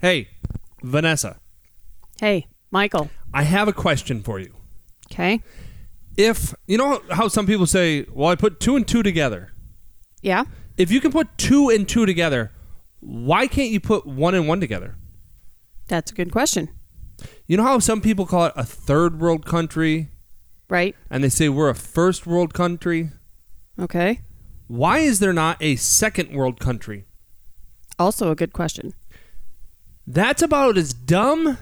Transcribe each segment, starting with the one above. Hey, Vanessa, Hey, Michael. I have a question for you. Okay. If you know how some people say, "Well, I put two and two together." Yeah. If you can put two and two together, why can't you put one and one together? That's a good question. You know how some people call it a third world country Right? and they say we're a first world country? Okay. Why is there not a second world country? Also a good question. That's about as dumb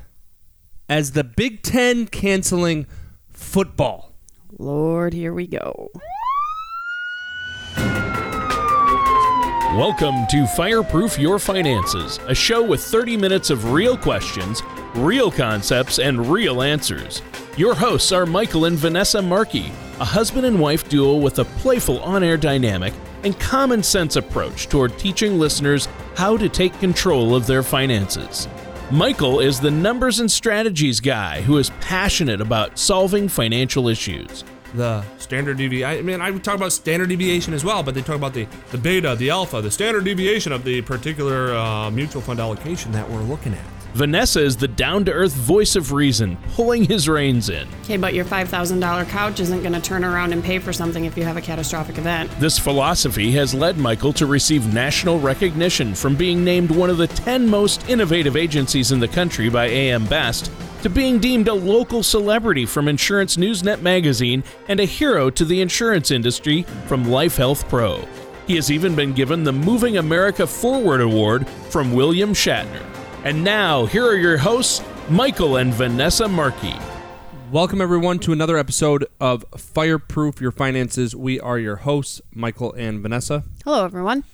as the Big Ten canceling football. Lord, here we go. Welcome to Fireproof Your Finances, a show with 30 minutes of real questions, real concepts, and real answers. Your hosts are Michael and Vanessa Markey, a husband and wife duo with a playful on air dynamic and common sense approach toward teaching listeners how to take control of their finances. Michael is the numbers and strategies guy who is passionate about solving financial issues. the standard deviation. I mean, I would talk about standard deviation as well, but they talk about the, the beta, the alpha, the standard deviation of the particular uh, mutual fund allocation that we're looking at. Vanessa is the down to earth voice of reason, pulling his reins in. Okay, but your $5,000 couch isn't going to turn around and pay for something if you have a catastrophic event. This philosophy has led Michael to receive national recognition from being named one of the 10 most innovative agencies in the country by AM Best to being deemed a local celebrity from Insurance Newsnet magazine and a hero to the insurance industry from Life Health Pro. He has even been given the Moving America Forward Award from William Shatner. And now, here are your hosts, Michael and Vanessa Markey. Welcome, everyone, to another episode of Fireproof Your Finances. We are your hosts, Michael and Vanessa. Hello, everyone.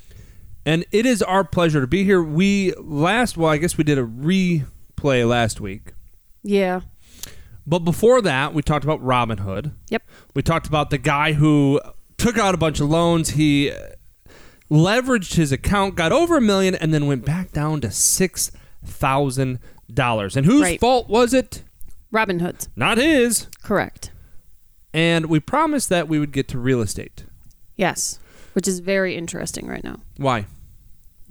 And it is our pleasure to be here. We last, well, I guess we did a replay last week. Yeah. But before that, we talked about Robin Hood. Yep. We talked about the guy who took out a bunch of loans. He uh, leveraged his account, got over a million, and then went back down to six thousand dollars. And whose Right. fault was it? Robin Hood's. Not his. Correct. And we promised that we would get to real estate. Yes. Which is very interesting right now. Why?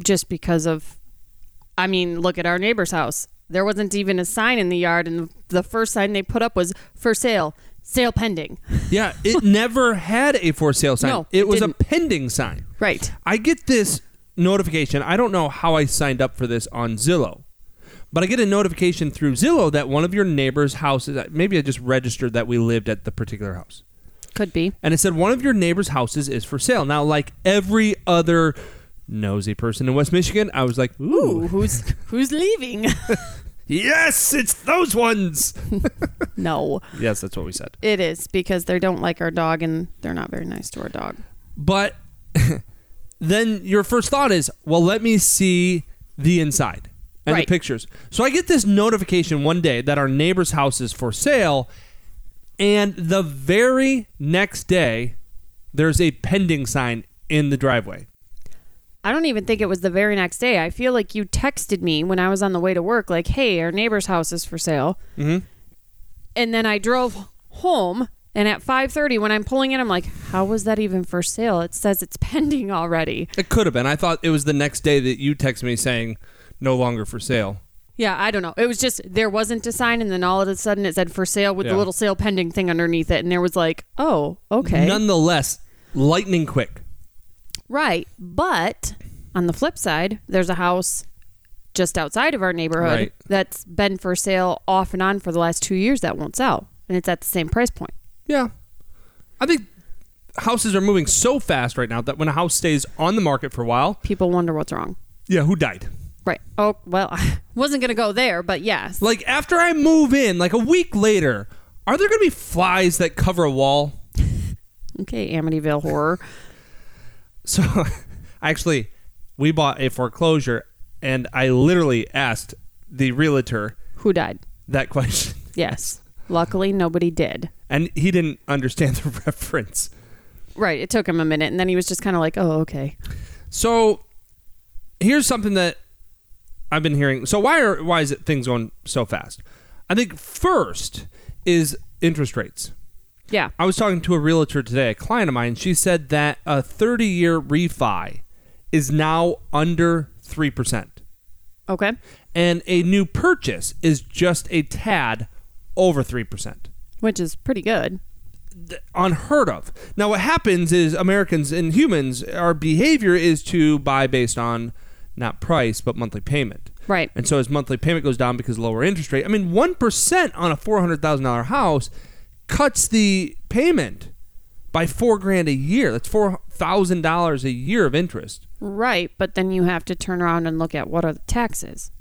Just because of, I mean, look at our neighbor's house. There wasn't even a sign in the yard, and the first sign they put up was for sale, sale pending. Yeah, it never had a for sale sign. No, it it was didn't. a pending sign. Right. I get this notification. I don't know how I signed up for this on Zillow, but I get a notification through Zillow that one of your neighbor's houses, uh, maybe I just registered that we lived at the particular house. Could be. And it said one of your neighbor's houses is for sale. Now, like every other nosy person in West Michigan, I was like, ooh, Ooh, who's who's leaving? yes, it's those ones. no. yes, that's what we said. It is because they don't like our dog and they're not very nice to our dog. But then your first thought is, well, let me see the inside and Right. the pictures. So I get this notification one day that our neighbor's house is for sale. And the very next day, there's a pending sign in the driveway. I don't even think it was the very next day. I feel like you texted me when I was on the way to work, like, hey, our neighbor's house is for sale. Mm-hmm. And then I drove home and at 5.30 when i'm pulling in i'm like how was that even for sale it says it's pending already It could have been. I thought it was the next day that you text me saying, no longer for sale. yeah i don't know it was just there wasn't a sign and then all of a sudden it said for sale with Yeah. the little sale pending thing underneath it and there was like oh okay Nonetheless, lightning quick. Right. But on the flip side, there's a house just outside of our neighborhood Right. that's been for sale off and on for the last two years that won't sell. And it's at the same price point. Yeah. I think houses are moving so fast right now that when a house stays on the market for a while, People wonder what's wrong. Yeah, who died? Right. Oh, well, I wasn't going to go there, but yes. Like after I move in, like a week later, are there gonna be flies that cover a wall? Okay, Amityville horror. So actually, we bought a foreclosure and I literally asked the realtor Who died? that question. Yes. Luckily, nobody did. And he didn't understand the reference. Right. It took him a minute. And then he was just kind of like, oh, okay. So here's something that I've been hearing. So why are why is it things going so fast? I think first is interest rates. Yeah. I was talking to a realtor today, a client of mine. She said that a 30 year refi is now under 3%. Okay. and a new purchase is just a tad over 3%. which is pretty good. Th- Unheard of. Now, what happens is Americans and humans, our behavior is to buy based on not price, but monthly payment. Right. And so his monthly payment goes down because of lower interest rate. I mean, 1% on a $400,000 house cuts the payment by four grand a year. That's $4,000 a year of interest. Right, but then you have to turn around and look at what are the taxes.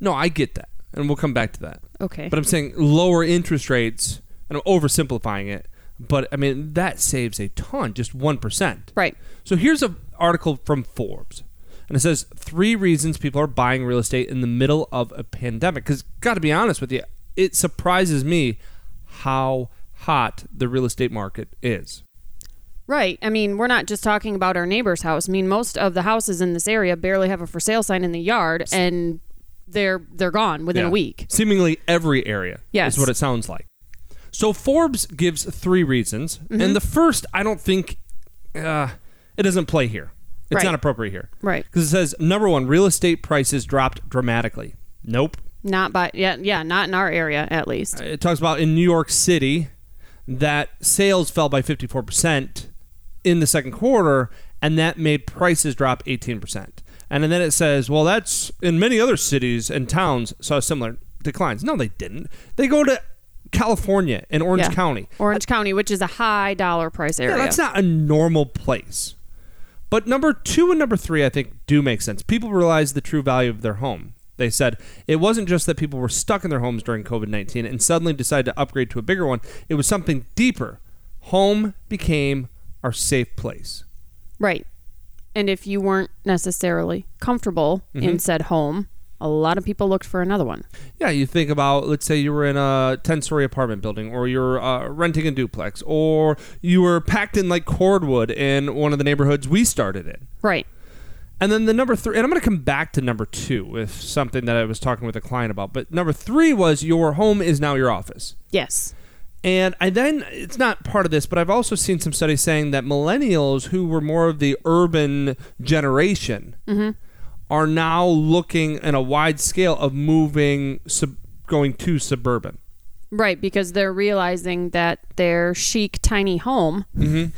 No, I get that. And we'll come back to that. Okay. But I'm saying lower interest rates, and I'm oversimplifying it, but I mean, that saves a ton, just 1%. right. So here's an article from Forbes. And it says three reasons people are buying real estate in the middle of a pandemic. Because, got to be honest with you, it surprises me how hot the real estate market is. Right. I mean, we're not just talking about our neighbor's house. I mean, most of the houses in this area barely have a for sale sign in the yard and they're they're gone within a Yeah. week. Seemingly every area. Yes. Is what it sounds like. So Forbes gives three reasons. Mm-hmm. And the first, I don't think uh, it doesn't play here. It's Right. not appropriate here. Right. Because it says number one, real estate prices dropped dramatically. Nope. Not by yeah, yeah, not in our area at least. it talks about in New York City that sales fell by 54% in the second quarter, and that made prices drop 18%. And then it says, well, that's in many other cities and towns saw similar declines. No, they didn't. They go to California and Orange Yeah. County. Orange County, which is a high dollar price area. Yeah, that's not a normal place. But number two and number three, I think, do make sense. People realize the true value of their home. They said it wasn't just that people were stuck in their homes during COVID 19 and suddenly decided to upgrade to a bigger one, it was something deeper. Home became our safe place. Right. And if you weren't necessarily comfortable Mm-hmm. in said home, a lot of people looked for another one. Yeah, you think about, let's say you were in a 10 story apartment building, or you're uh, renting a duplex, or you were packed in like cordwood in one of the neighborhoods we started in. Right. And then the number three, and I'm going to come back to number two with something that I was talking with a client about. But number three was your home is now your office. Yes. And I then, it's not part of this, but I've also seen some studies saying that millennials who were more of the urban generation are now looking in a wide scale of moving, sub, going to suburban. Right, because they're realizing that their chic tiny home Mm-hmm.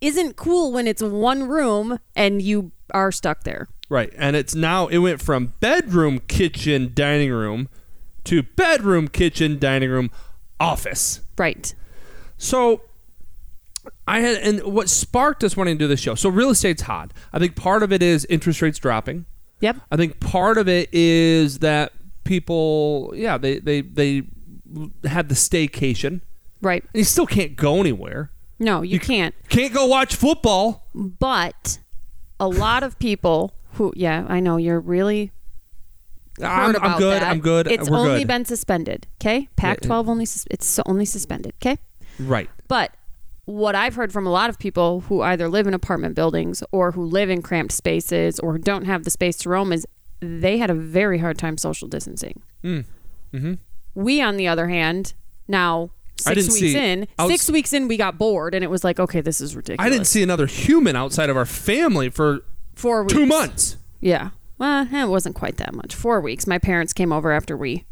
isn't cool when it's one room and you are stuck there. Right. And it's now, it went from bedroom, kitchen, dining room to bedroom, kitchen, dining room, office. Right. So I had, and what sparked us wanting to do this show. So real estate's hot. I think part of it is interest rates dropping. Yep. I think part of it is that people, yeah, they they they had the staycation. Right. And you still can't go anywhere. No, you, can't. Can't go watch football. But a lot of people who yeah, I know you're really heard I'm, about I'm good. that. I'm good. It's We're only good. been suspended, okay? Pac-12 only sus- it's so- only suspended, okay? right. But what I've heard from a lot of people who either live in apartment buildings or who live in cramped spaces or don't have the space to roam is they had a very hard time social distancing. Hmm. We, on the other hand, now Mm-hmm. I six didn't weeks see- in, outs- six weeks in, we got bored and it was like, okay, this is ridiculous. I didn't see another human outside of our family for four weeks. two months. Yeah. Well, eh, it wasn't quite that much. Four weeks. My parents came over after we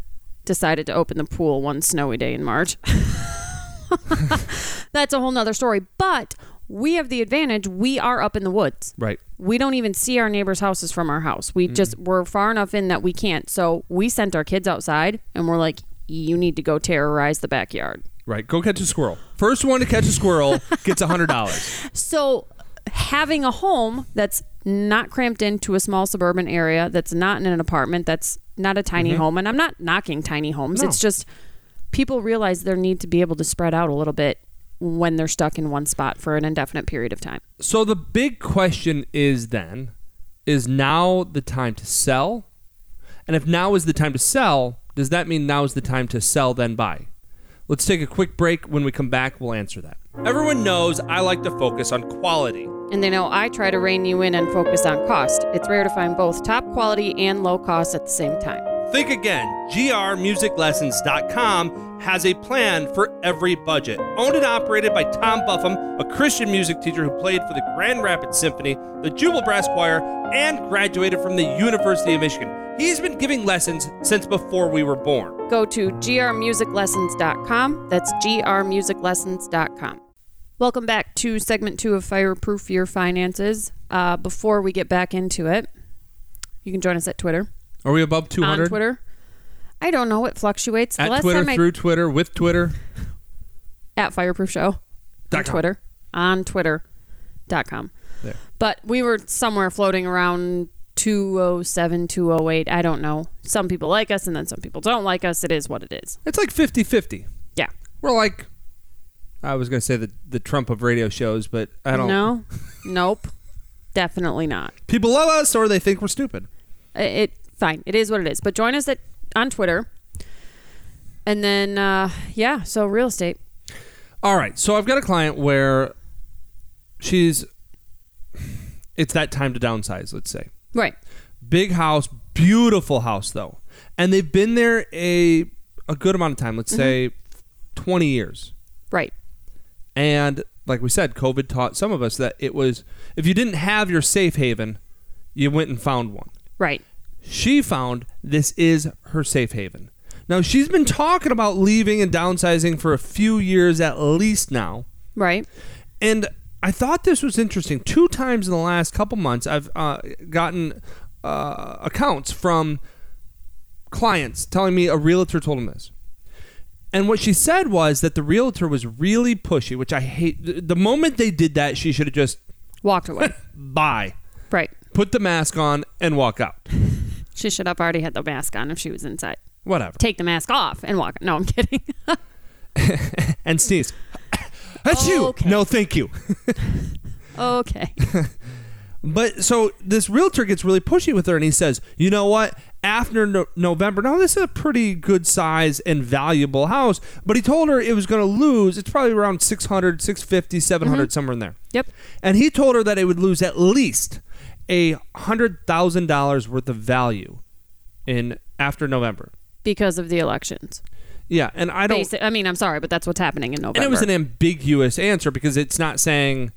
decided to open the pool one snowy day in March. That's a whole nother story. But we have the advantage. We are up in the woods. Right. We don't even see our neighbors' houses from our house. We just, we're far enough in that we can't. So we sent our kids outside and we're like, you need to go terrorize the backyard. Right. Go catch a squirrel. First one to catch a squirrel gets a hundred dollars. So having a home that's not cramped into a small suburban area, that's not in an apartment, that's not a tiny home, and I'm not knocking tiny homes. No. It's just people realize their need to be able to spread out a little bit when they're stuck in one spot for an indefinite period of time. So the big question is then, is now the time to sell? And if now is the time to sell, does that mean now is the time to sell then buy? Let's take a quick break. When we come back, we'll answer that. Everyone knows I like to focus on quality. And they know I try to rein you in and focus on cost. It's rare to find both top quality and low cost at the same time. Think again. grmusiclessons.com has a plan for every budget. Owned and operated by Tom Buffum, a Christian music teacher who played for the Grand Rapids Symphony, the Jubal Brass Choir, and graduated from the University of Michigan. He's been giving lessons since before we were born. Go to grmusiclessons.com. That's grmusiclessons.com. Welcome back to segment two of Fireproof Your Finances. Uh, before we get back into it, you can join us at Twitter. Are we above 200? On Twitter. I don't know. It fluctuates. The At last Twitter, time I- through Twitter, with Twitter. at Fireproof Show on Dot com. Twitter on Twitter.com. There. But we were somewhere floating around 207, 208. I don't know. Some people like us and then some people don't like us. It is what it is. It's like 50 50. Yeah. We're like, I was going to say the, the Trump of radio shows, but I don't know. No. nope. Definitely not. People love us or they think we're stupid. I- It fine. It is what it is. But join us at on Twitter. And then uh, yeah, so real estate. All right. So I've got a client where she's, it's that time to downsize, let's say. Right. Big house, beautiful house though. And they've been there a a good amount of time, let's say 20 years. Right. And like we said, COVID taught some of us that it was if you didn't have your safe haven, you went and found one. Right. She found this is her safe haven. Now she's been talking about leaving and downsizing for a few years at least now. Right. And I thought this was interesting. Two times in the last couple months, I've uh, gotten uh, accounts from clients telling me a realtor told them this. And what she said was that the realtor was really pushy, which I hate. The the moment they did that, she should have just Walked away. buy, right. put the mask on, and walk out. She should have already had the mask on if she was inside. Whatever. Take the mask off and walk. No, I'm kidding. And sneeze. That's you. Okay. No, thank you. okay. But so this realtor gets really pushy with her, and he says, "You know what? After no- November, now this is a pretty good size and valuable house, but he told her it was going to lose. It's probably around 600, 650, 700, somewhere in there. Yep. And he told her that it would lose at least a hundred thousand dollars worth of value in after November. Because of the elections. Yeah, and I don't. Basi- I mean, I'm sorry, but that's what's happening in November. And it was an ambiguous answer because it's not saying,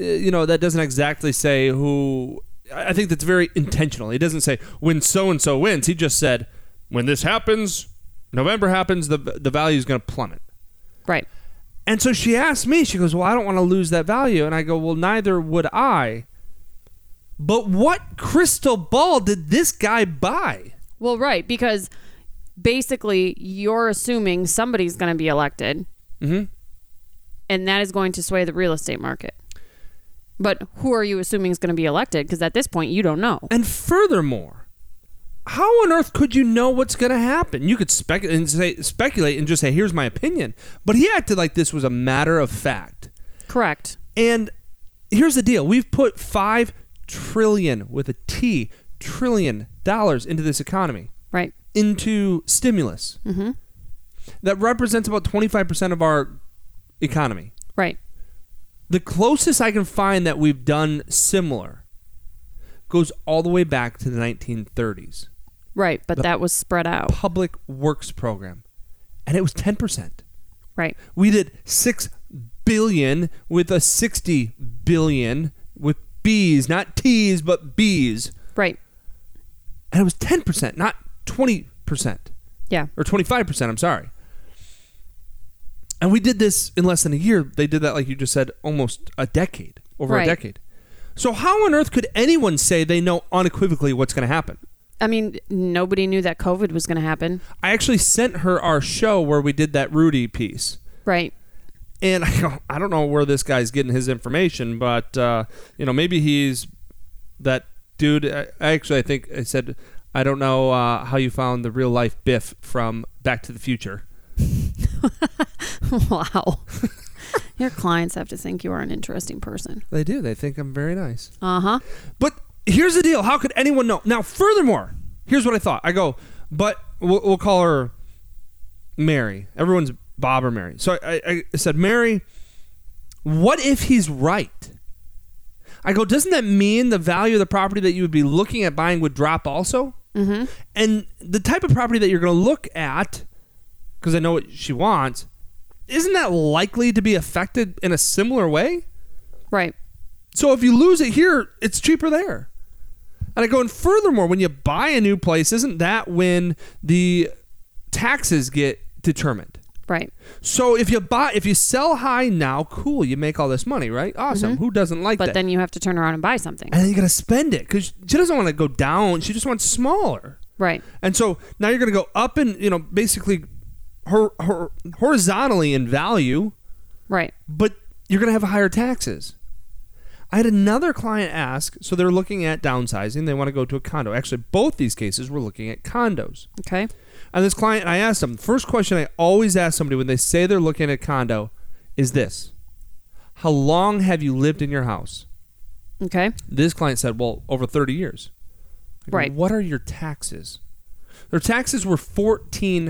uh, you know, that doesn't exactly say who. I I think that's very intentional. He doesn't say when so and so wins. He just said when this happens, November happens, the the value is going to plummet. right. And so she asked me. She goes, "Well, I don't want to lose that value." And I go, "Well, neither would I." But what crystal ball did this guy buy? Well, right, because basically you're assuming somebody's going to be elected, Mm-hmm. Mhm. and that is going to sway the real estate market. But who are you assuming is going to be elected? Because at this point, you don't know. And furthermore, how on earth could you know what's going to happen? You could spec- and say, speculate and just say, here's my opinion. But he acted like this was a matter of fact. Correct. And here's the deal we've put $5 trillion with a T, trillion dollars into this economy, Right. into stimulus. Mm-hmm. That represents about 25% of our economy. Right. The closest I can find that we've done similar goes all the way back to the 1930s. Right. But that was spread out. public works program and it was 10% Right. we did 6 billion with a 60 billion with b's not t's but b's Right. and it was 10% not 20% Yeah. or 25% i'm sorry and we did this in less than a year they did that like you just said almost a decade over Right. a decade so how on earth could anyone say they know unequivocally what's going to happen I mean, nobody knew that COVID was going to happen. i actually sent her our show where we did that rudy piece Right. And I go, I don't know where this guy's getting his information, but uh, you know, maybe he's that dude. I, I actually, I think I said, I don't know uh, how you found the real life Biff from Back to the Future. Wow. Your clients have to think you are an interesting person. They do. They think I'm very nice. Uh huh. But here's the deal: how could anyone know? Now, furthermore, here's what I thought. I go, but we'll, we'll call her Mary. Everyone's Bob or Mary. So I, I, I said, Mary, what if he's right? I go, doesn't that mean the value of the property that you would be looking at buying would drop also? Mm-hmm. And the type of property that you're going to look at, because I know what she wants, isn't that likely to be affected in a similar way? Right. So if you lose it here, it's cheaper there. And I go, and furthermore, when you buy a new place, isn't that when the taxes get determined? Right. So if you buy, if you sell high now, cool, you make all this money, right? Awesome. Who doesn't like Mm-hmm. But that? then you have to turn around and buy something. and then you got to spend it because she doesn't want to go down. She just wants smaller. Right. And so now you're going to go up and you know basically hor- hor- horizontally in value, Right. but you're going to have higher taxes. I had another client ask, so they're looking at downsizing. They want to go to a condo. Actually, both these cases were looking at condos. Okay. And this client, I asked them, first question I always ask somebody when they say they're looking at a condo is this How long have you lived in your house? Okay. This client said, Well, over 30 years. I go, Right. What are your taxes? Their taxes were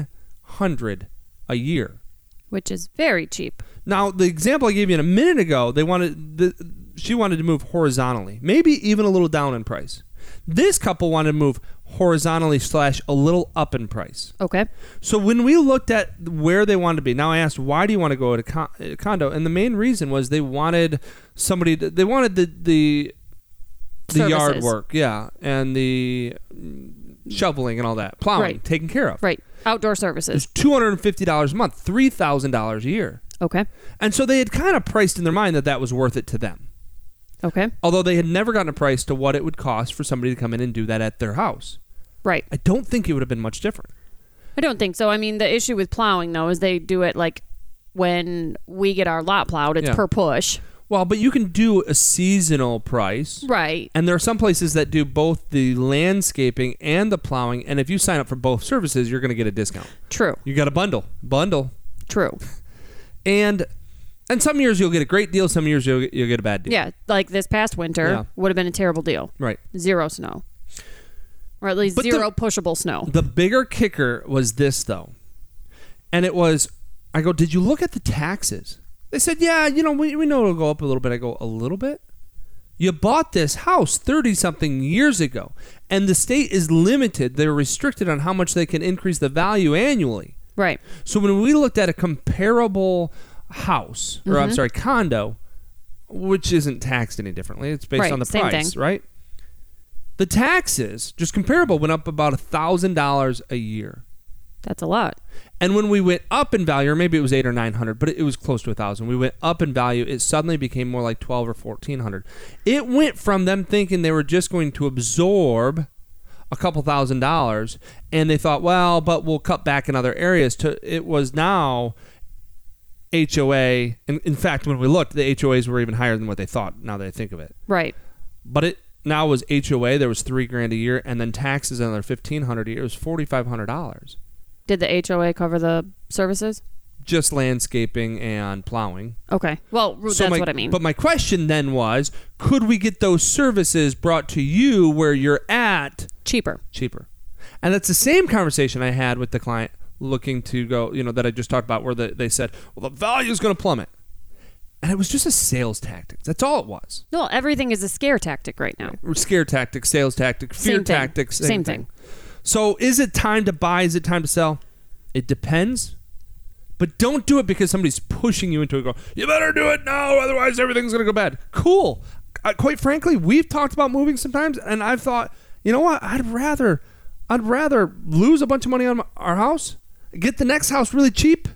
1400 a year. Which is very cheap. Now, the example I gave you in a minute ago, they wanted the, she wanted to move horizontally, maybe even a little down in price. This couple wanted to move horizontally slash a little up in price. Okay. So when we looked at where they wanted to be, now I asked, why do you want to go to con- uh, condo? And the main reason was they wanted somebody. To, they wanted the the, the yard Services. work, yeah, and the mm, shoveling and all that, plowing, Right. taken care of. Right. Outdoor It's services. two hundred and fifty dollars a month, three thousand dollars a year, Okay. and so they had kind of priced in their mind that that was worth it to them. Okay. Although they had never gotten a price to what it would cost for somebody to come in and do that at their house. Right. I don't think it would have been much different. I don't think so. I mean, the issue with plowing though is they do it like when we get our lot plowed, it's Yeah. per push. Well, but you can do a seasonal price. Right. And there are some places that do both the landscaping and the plowing. And if you sign up for both services, you're going to get a discount. True. You got a bundle, bundle, True. and and some years you'll get a great deal. Some years you'll you'll get a bad deal. Yeah. Like this past winter Yeah. would have been a terrible deal. Right. Zero snow. Or at least But the- zero pushable snow. The bigger kicker was this though, and it was I go, did you look at the taxes? They said, yeah, you know, we, we know it'll go up a little bit. I go, a little bit. You bought this house 30 something years ago, and the state is limited. They're restricted on how much they can increase the value annually. Right. So when we looked at a comparable house, or Mm-hmm. I'm sorry, condo, which isn't taxed any differently, it's based Right, on the same price, thing. right? The taxes, just comparable, went up about thousand dollars a year. That's a lot. And when we went up in value, or maybe it was eight or nine hundred, but it was close to a thousand. We went up in value; it suddenly became more like twelve or fourteen hundred. It went from them thinking they were just going to absorb a couple thousand dollars, and they thought, well, but we'll cut back in other areas. To it was now HOA. And in fact, when we looked, the HOAs were even higher than what they thought. Now that I think of it, Right. but it now was HOA. There was three grand a year, and then taxes another fifteen hundred a year. It was forty five hundred dollars. Did the HOA cover the services? just landscaping and plowing. Okay. Well, ru- that's my, what I mean. But my question then was, could we get those services brought to you where you're at Cheaper. cheaper? And that's the same conversation I had with the client looking to go, you know, that I just talked about where the, they said, well, the value is going to plummet. And it was just a sales tactic. That's all it was. No, everything is a scare tactic right now. Scare tactic, sales tactic, fear Same thing. tactics. Same thing. So is it time to buy? Is it time to sell? It depends. But don't do it because somebody's pushing you into it. Go, you better do it now, otherwise everything's gonna go bad. Cool. Uh, quite frankly, we've talked about moving sometimes, and I've thought, you know what? I'd rather, I'd rather lose a bunch of money on my, our house, get the next house really cheap,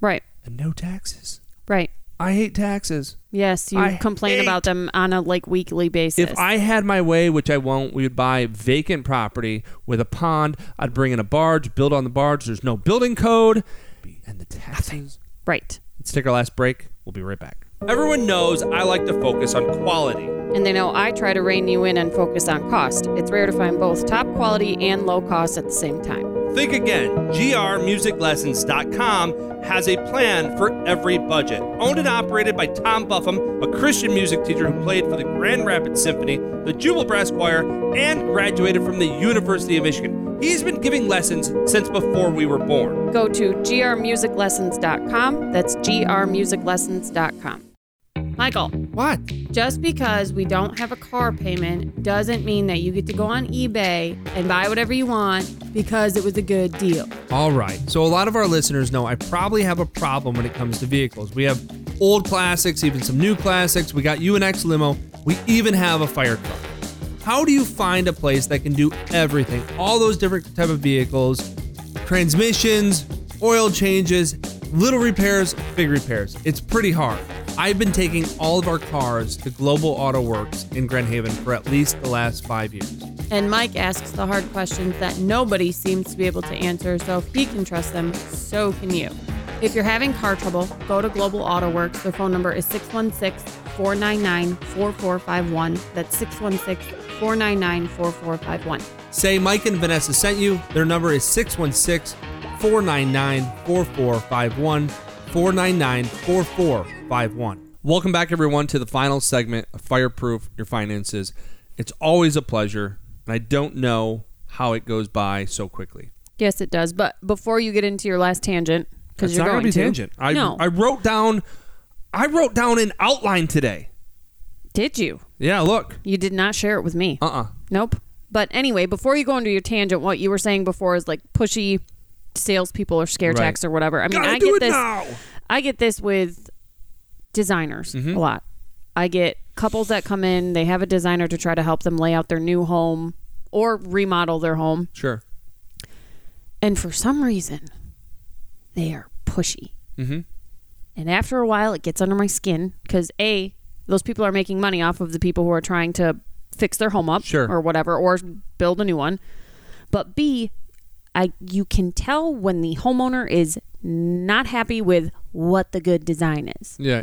Right. and no taxes. Right. I hate taxes. Yes, you I complain about them on a like weekly basis. If I had my way, which I won't, we would buy vacant property with a pond. I'd bring in a barge, build on the barge. There's no building code, and the taxes. right. Let's take our last break. We'll be right back. Everyone knows I like to focus on quality. And they know I try to rein you in and focus on cost. It's rare to find both top quality and low cost at the same time. Think again. grmusiclessons.com has a plan for every budget. Owned and operated by Tom Buffum, a Christian music teacher who played for the Grand Rapids Symphony, the Jubal Brass Choir, and graduated from the University of Michigan. He's been giving lessons since before we were born. Go to grmusiclessons.com. That's grmusiclessons.com. Michael, What? Just because we don't have a car payment doesn't mean that you get to go on eBay and buy whatever you want because it was a good deal. All right. So a lot of our listeners know I probably have a problem when it comes to vehicles. We have old classics, even some new classics. We got UNX limo. We even have a fire truck. How do you find a place that can do everything? All those different type of vehicles, transmissions, oil changes, little repairs, big repairs. It's pretty hard. I've been taking all of our cars to Global Auto Works in Grand Haven for at least the last five years. And Mike asks the hard questions that nobody seems to be able to answer, so if he can trust them, so can you. If you're having car trouble, go to Global Auto Works. Their phone number is 616 499 4451. That's 616 499 4451. Say Mike and Vanessa sent you. Their number is 616 499 4451. 499 4451. Welcome back, everyone, to the final segment of Fireproof Your Finances. It's always a pleasure, and I don't know how it goes by so quickly. Yes, it does. But before you get into your last tangent, because It's you're not going gonna be to tangent. I, no, I wrote down I wrote down an outline today. did you? Yeah, look. You did not share it with me. Uh uh Nope. But anyway, before you go into your tangent, what you were saying before is like pushy salespeople or scare Right. tactics or whatever. I mean, Gotta I do get it this. now. I get this with designers a lot. I get couples that come in, they have a designer to try to help them lay out their new home or remodel their home, Sure. and for some reason, they are pushy. Mm-hmm. And after a while, it gets under my skin because a those people are making money off of the people who are trying to fix their home up Sure. or whatever or build a new one. But b, I you can tell when the homeowner is not happy with what the good design is. Yeah.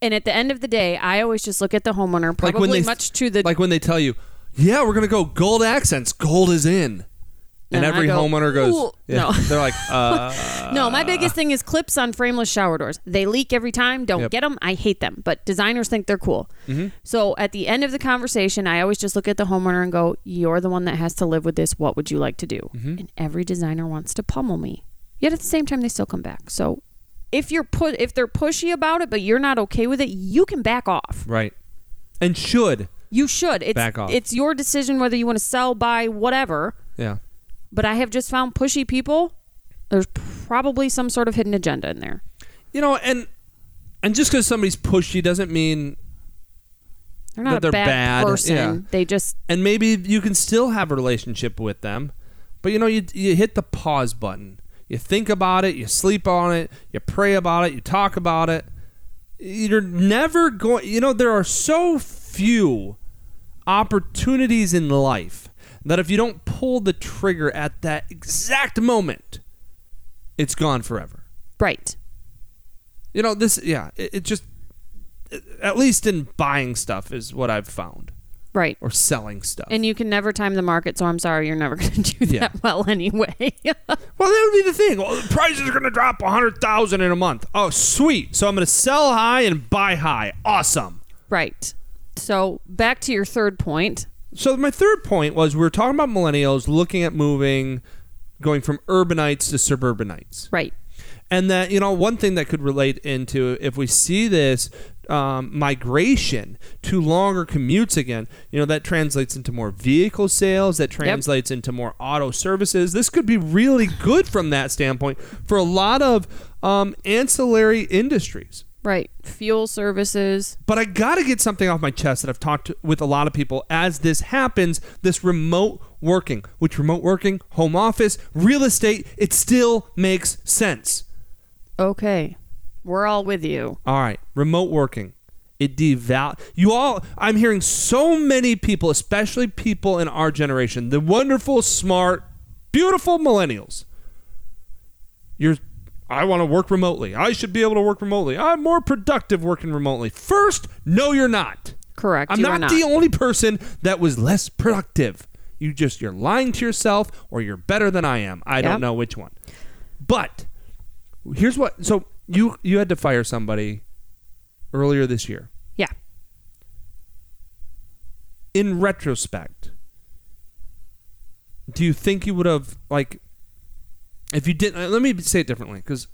And at the end of the day, I always just look at the homeowner, Like probably when they much to the like when they tell you, "Yeah, we're gonna go gold accents. Gold is in," and, And I every go, homeowner goes, "Ooh." yeah. No. they're like, uh, No, my biggest thing is clips on frameless shower doors. They leak every time. Don't Yep. Mm-hmm. get them. I hate them, but designers think they're cool. So at the end of the conversation, I always just look at the homeowner and go, You're the one that has to live with this. What would you like to do? Mm-hmm. And every designer wants to pummel me. Yet at the same time, they still come back. So if you're put if they're pushy about it but you're not okay with it you can back off right, and should, you should it's Back off. it's your decision whether you want to sell buy whatever yeah, but i have just found pushy people there's probably some sort of hidden agenda in there you know, and and just because somebody's pushy doesn't mean, They're that not they're a bad, bad, person. yeah. They just and maybe you can still have a relationship with them, but you know, you you hit the pause button. You think about it, you sleep on it, you pray about it, you talk about it. You're never going. You know, there are so few opportunities in life that if you don't pull the trigger at that exact moment, it's gone forever. right. You know, this, yeah, it, it just, at least in buying stuff, is what I've found, Right. or selling stuff. And you can never time the market, so I'm sorry you're never going to do Yeah. that well anyway. well, that would be the thing. Well, the prices are going to drop 100000 in a month. Oh, sweet. So I'm going to sell high and buy high. Awesome. right. So back to your third point. So my third point was we were talking about millennials looking at moving, going from urbanites to suburbanites. Right. and that you know one thing that could relate into if we see this um, migration to longer commutes again you know that translates into more vehicle sales that translates into more auto services this could be really good from that standpoint for a lot of um, ancillary industries Right. Fuel services. but I got to get something off my chest that I've talked to, with a lot of people as this happens this remote working, which remote working, home office, real estate, it still makes sense. Okay. We're all with you. All right, remote working. It deval you all. I'm hearing so many people, especially people in our generation, the wonderful, smart, beautiful millennials. You're, I want to work remotely. I should be able to work remotely. I'm more productive working remotely. First, no, you're not. Correct, I'm you are not the not. only person that was less productive. You just you're lying to yourself, or you're better than I am. I don't Yep. know which one. But here's what. So you you had to fire somebody earlier this year. Yeah. In retrospect, do you think you would have like if you didn't? Let me say it differently because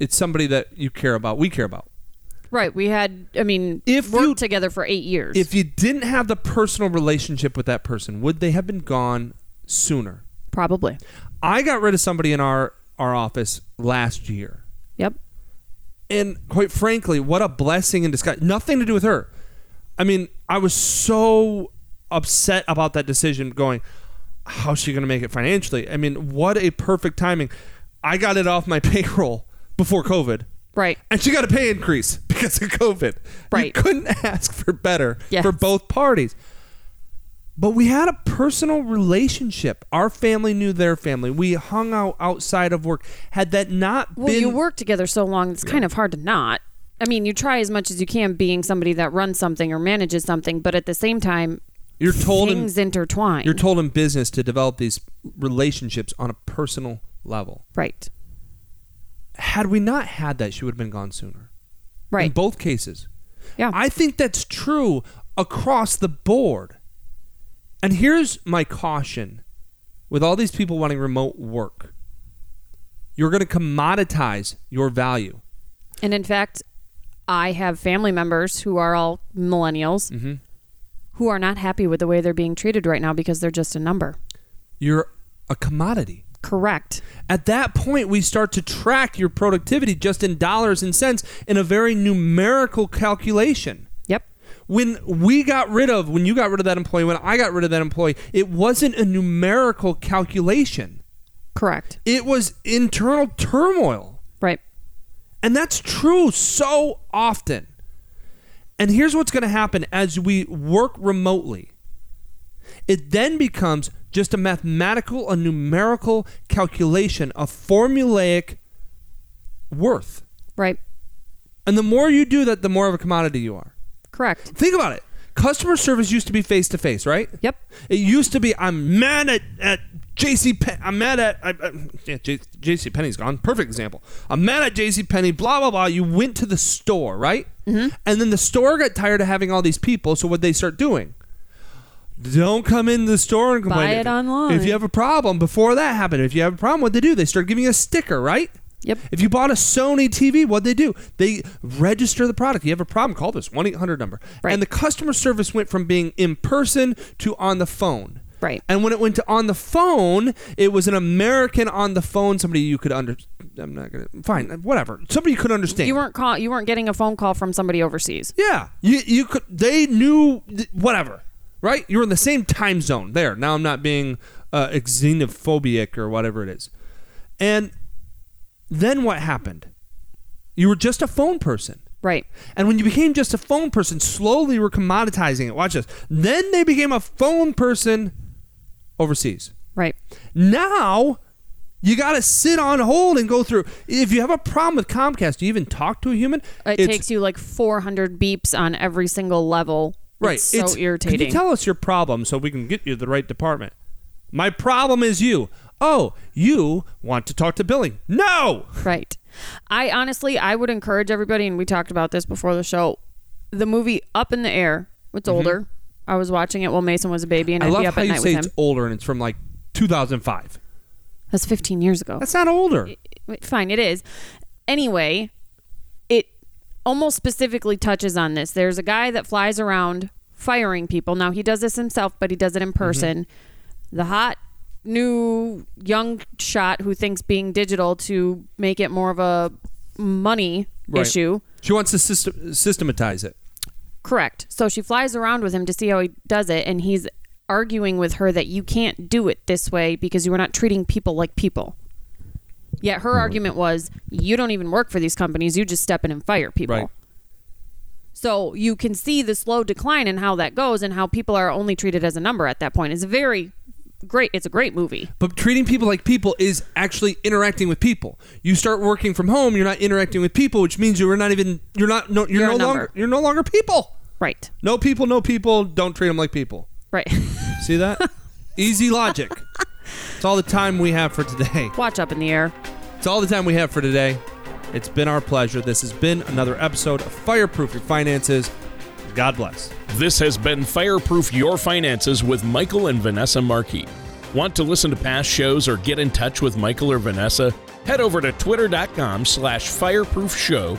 it's somebody that you care about. We care about. Right. We had, I mean, If worked you- together for eight years. If you didn't have the personal relationship with that person, would they have been gone sooner? Probably. I got rid of somebody in our our office last year. Yep. And quite frankly, what a blessing in disguise. Nothing to do with her. I mean, I was so upset about that decision, going, "How's she going to make it financially?" I mean, what a perfect timing! I got it off my payroll before COVID, Right. and she got a pay increase because of COVID. Right. You couldn't ask for better Yes. for both parties. But we had a personal relationship. Our family knew their family. We hung out outside of work. Had that not Well, been you work together so long, it's kind of hard to not. I mean, you try as much as you can being somebody that runs something or manages something, but at the same time, you're told in- things intertwine. You're told in business to develop these relationships on a personal level. right. Had we not had that, she would have been gone sooner. Right. In both cases. Yeah. I think that's true across the board. And here's my caution with all these people wanting remote work, you're going to commoditize your value. And in fact, I have family members who are all millennials Mm-hmm. who are not happy with the way they're being treated right now because they're just a number. You're a commodity. Correct. At that point, we start to track your productivity just in dollars and cents in a very numerical calculation. Yep. when we got rid of when you got rid of that employee when i got rid of that employee it wasn't a numerical calculation Correct. it was internal turmoil Right. and that's true so often and here's what's going to happen as we work remotely it then becomes just a mathematical a numerical calculation a formulaic worth Right. and the more you do that the more of a commodity you are Correct. Think about it. Customer service used to be face to face, right? Yep. It used to be I'm mad at at JC Pen- I'm mad at I, I, yeah, J, JC Penny's gone. Perfect example. I'm mad at JC Penny blah blah blah. You went to the store, right? Mm-hmm. And then the store got tired of having all these people, so what they start doing? Don't come into the store and complain. Buy it If- online. If you have a problem, before that happened, if you have a problem, what they do? They start giving you a sticker, right? Yep. If you bought a Sony TV, what they do? They register the product. You have a problem, call this 1 800 number. Right. And the customer service went from being in person to on the phone. Right. And when it went to on the phone, it was an American on the phone, somebody you could under. I'm not going to. Fine, whatever. Somebody you could understand. You weren't call you weren't getting a phone call from somebody overseas. Yeah, you you could. They knew th- whatever, right? You were in the same time zone. There. Now I'm not being uh, xenophobic or whatever it is. And then what happened? You were just a phone person. Right. And when you became just a phone person, slowly you were commoditizing it. Watch this. Then they became a phone person overseas. Right. Now you got to sit on hold and go through. If you have a problem with Comcast, do you even talk to a human? It It's- takes you like 400 beeps on every single level. Right. It's so irritating. Can you tell us your problem so we can get you to the right department? My problem is you. Oh, you want to talk to billing. No. Right. I honestly, I would encourage everybody, and we talked about this before the show. The movie Up in the Air. It's older. I was watching it while Mason was a baby, and Mm-hmm. I I'd love be up how at you night with say him. it's older and it's from like 2005. That's 15 years ago. That's not older. Wait, Fine, it is. Anyway, it almost specifically touches on this. There's a guy that flies around firing people. Now he does this himself, but he does it in Mm-hmm. person. The hot new young shot who thinks being digital to make it more of a money Right. issue She wants to system- systematize it. Correct. So she flies around with him to see how he does it, and he's arguing with her that you can't do it this way because you are not treating people like people. Yet her argument was, you don't even work for these companies, you just step in and fire people. Right. So you can see the slow decline in how that goes and how people are only treated as a number at that point. It's a very great it's a great movie. But treating people like people is actually interacting with people. You start working from home, you're not interacting with people, which means you're not even you're not no, you're, You're a no number. longer you're no longer people. Right. No people, no people, don't treat them like people. Right. See that? Easy logic. It's all the time we have for today. Watch up in the air. It's all the time we have for today. It's been our pleasure. This has been another episode of Fireproof Your Finances. God bless. This has been Fireproof Your Finances with Michael and Vanessa Markey. Want to listen to past shows or get in touch with Michael or Vanessa? Head over to twitter.com slash fireproofshow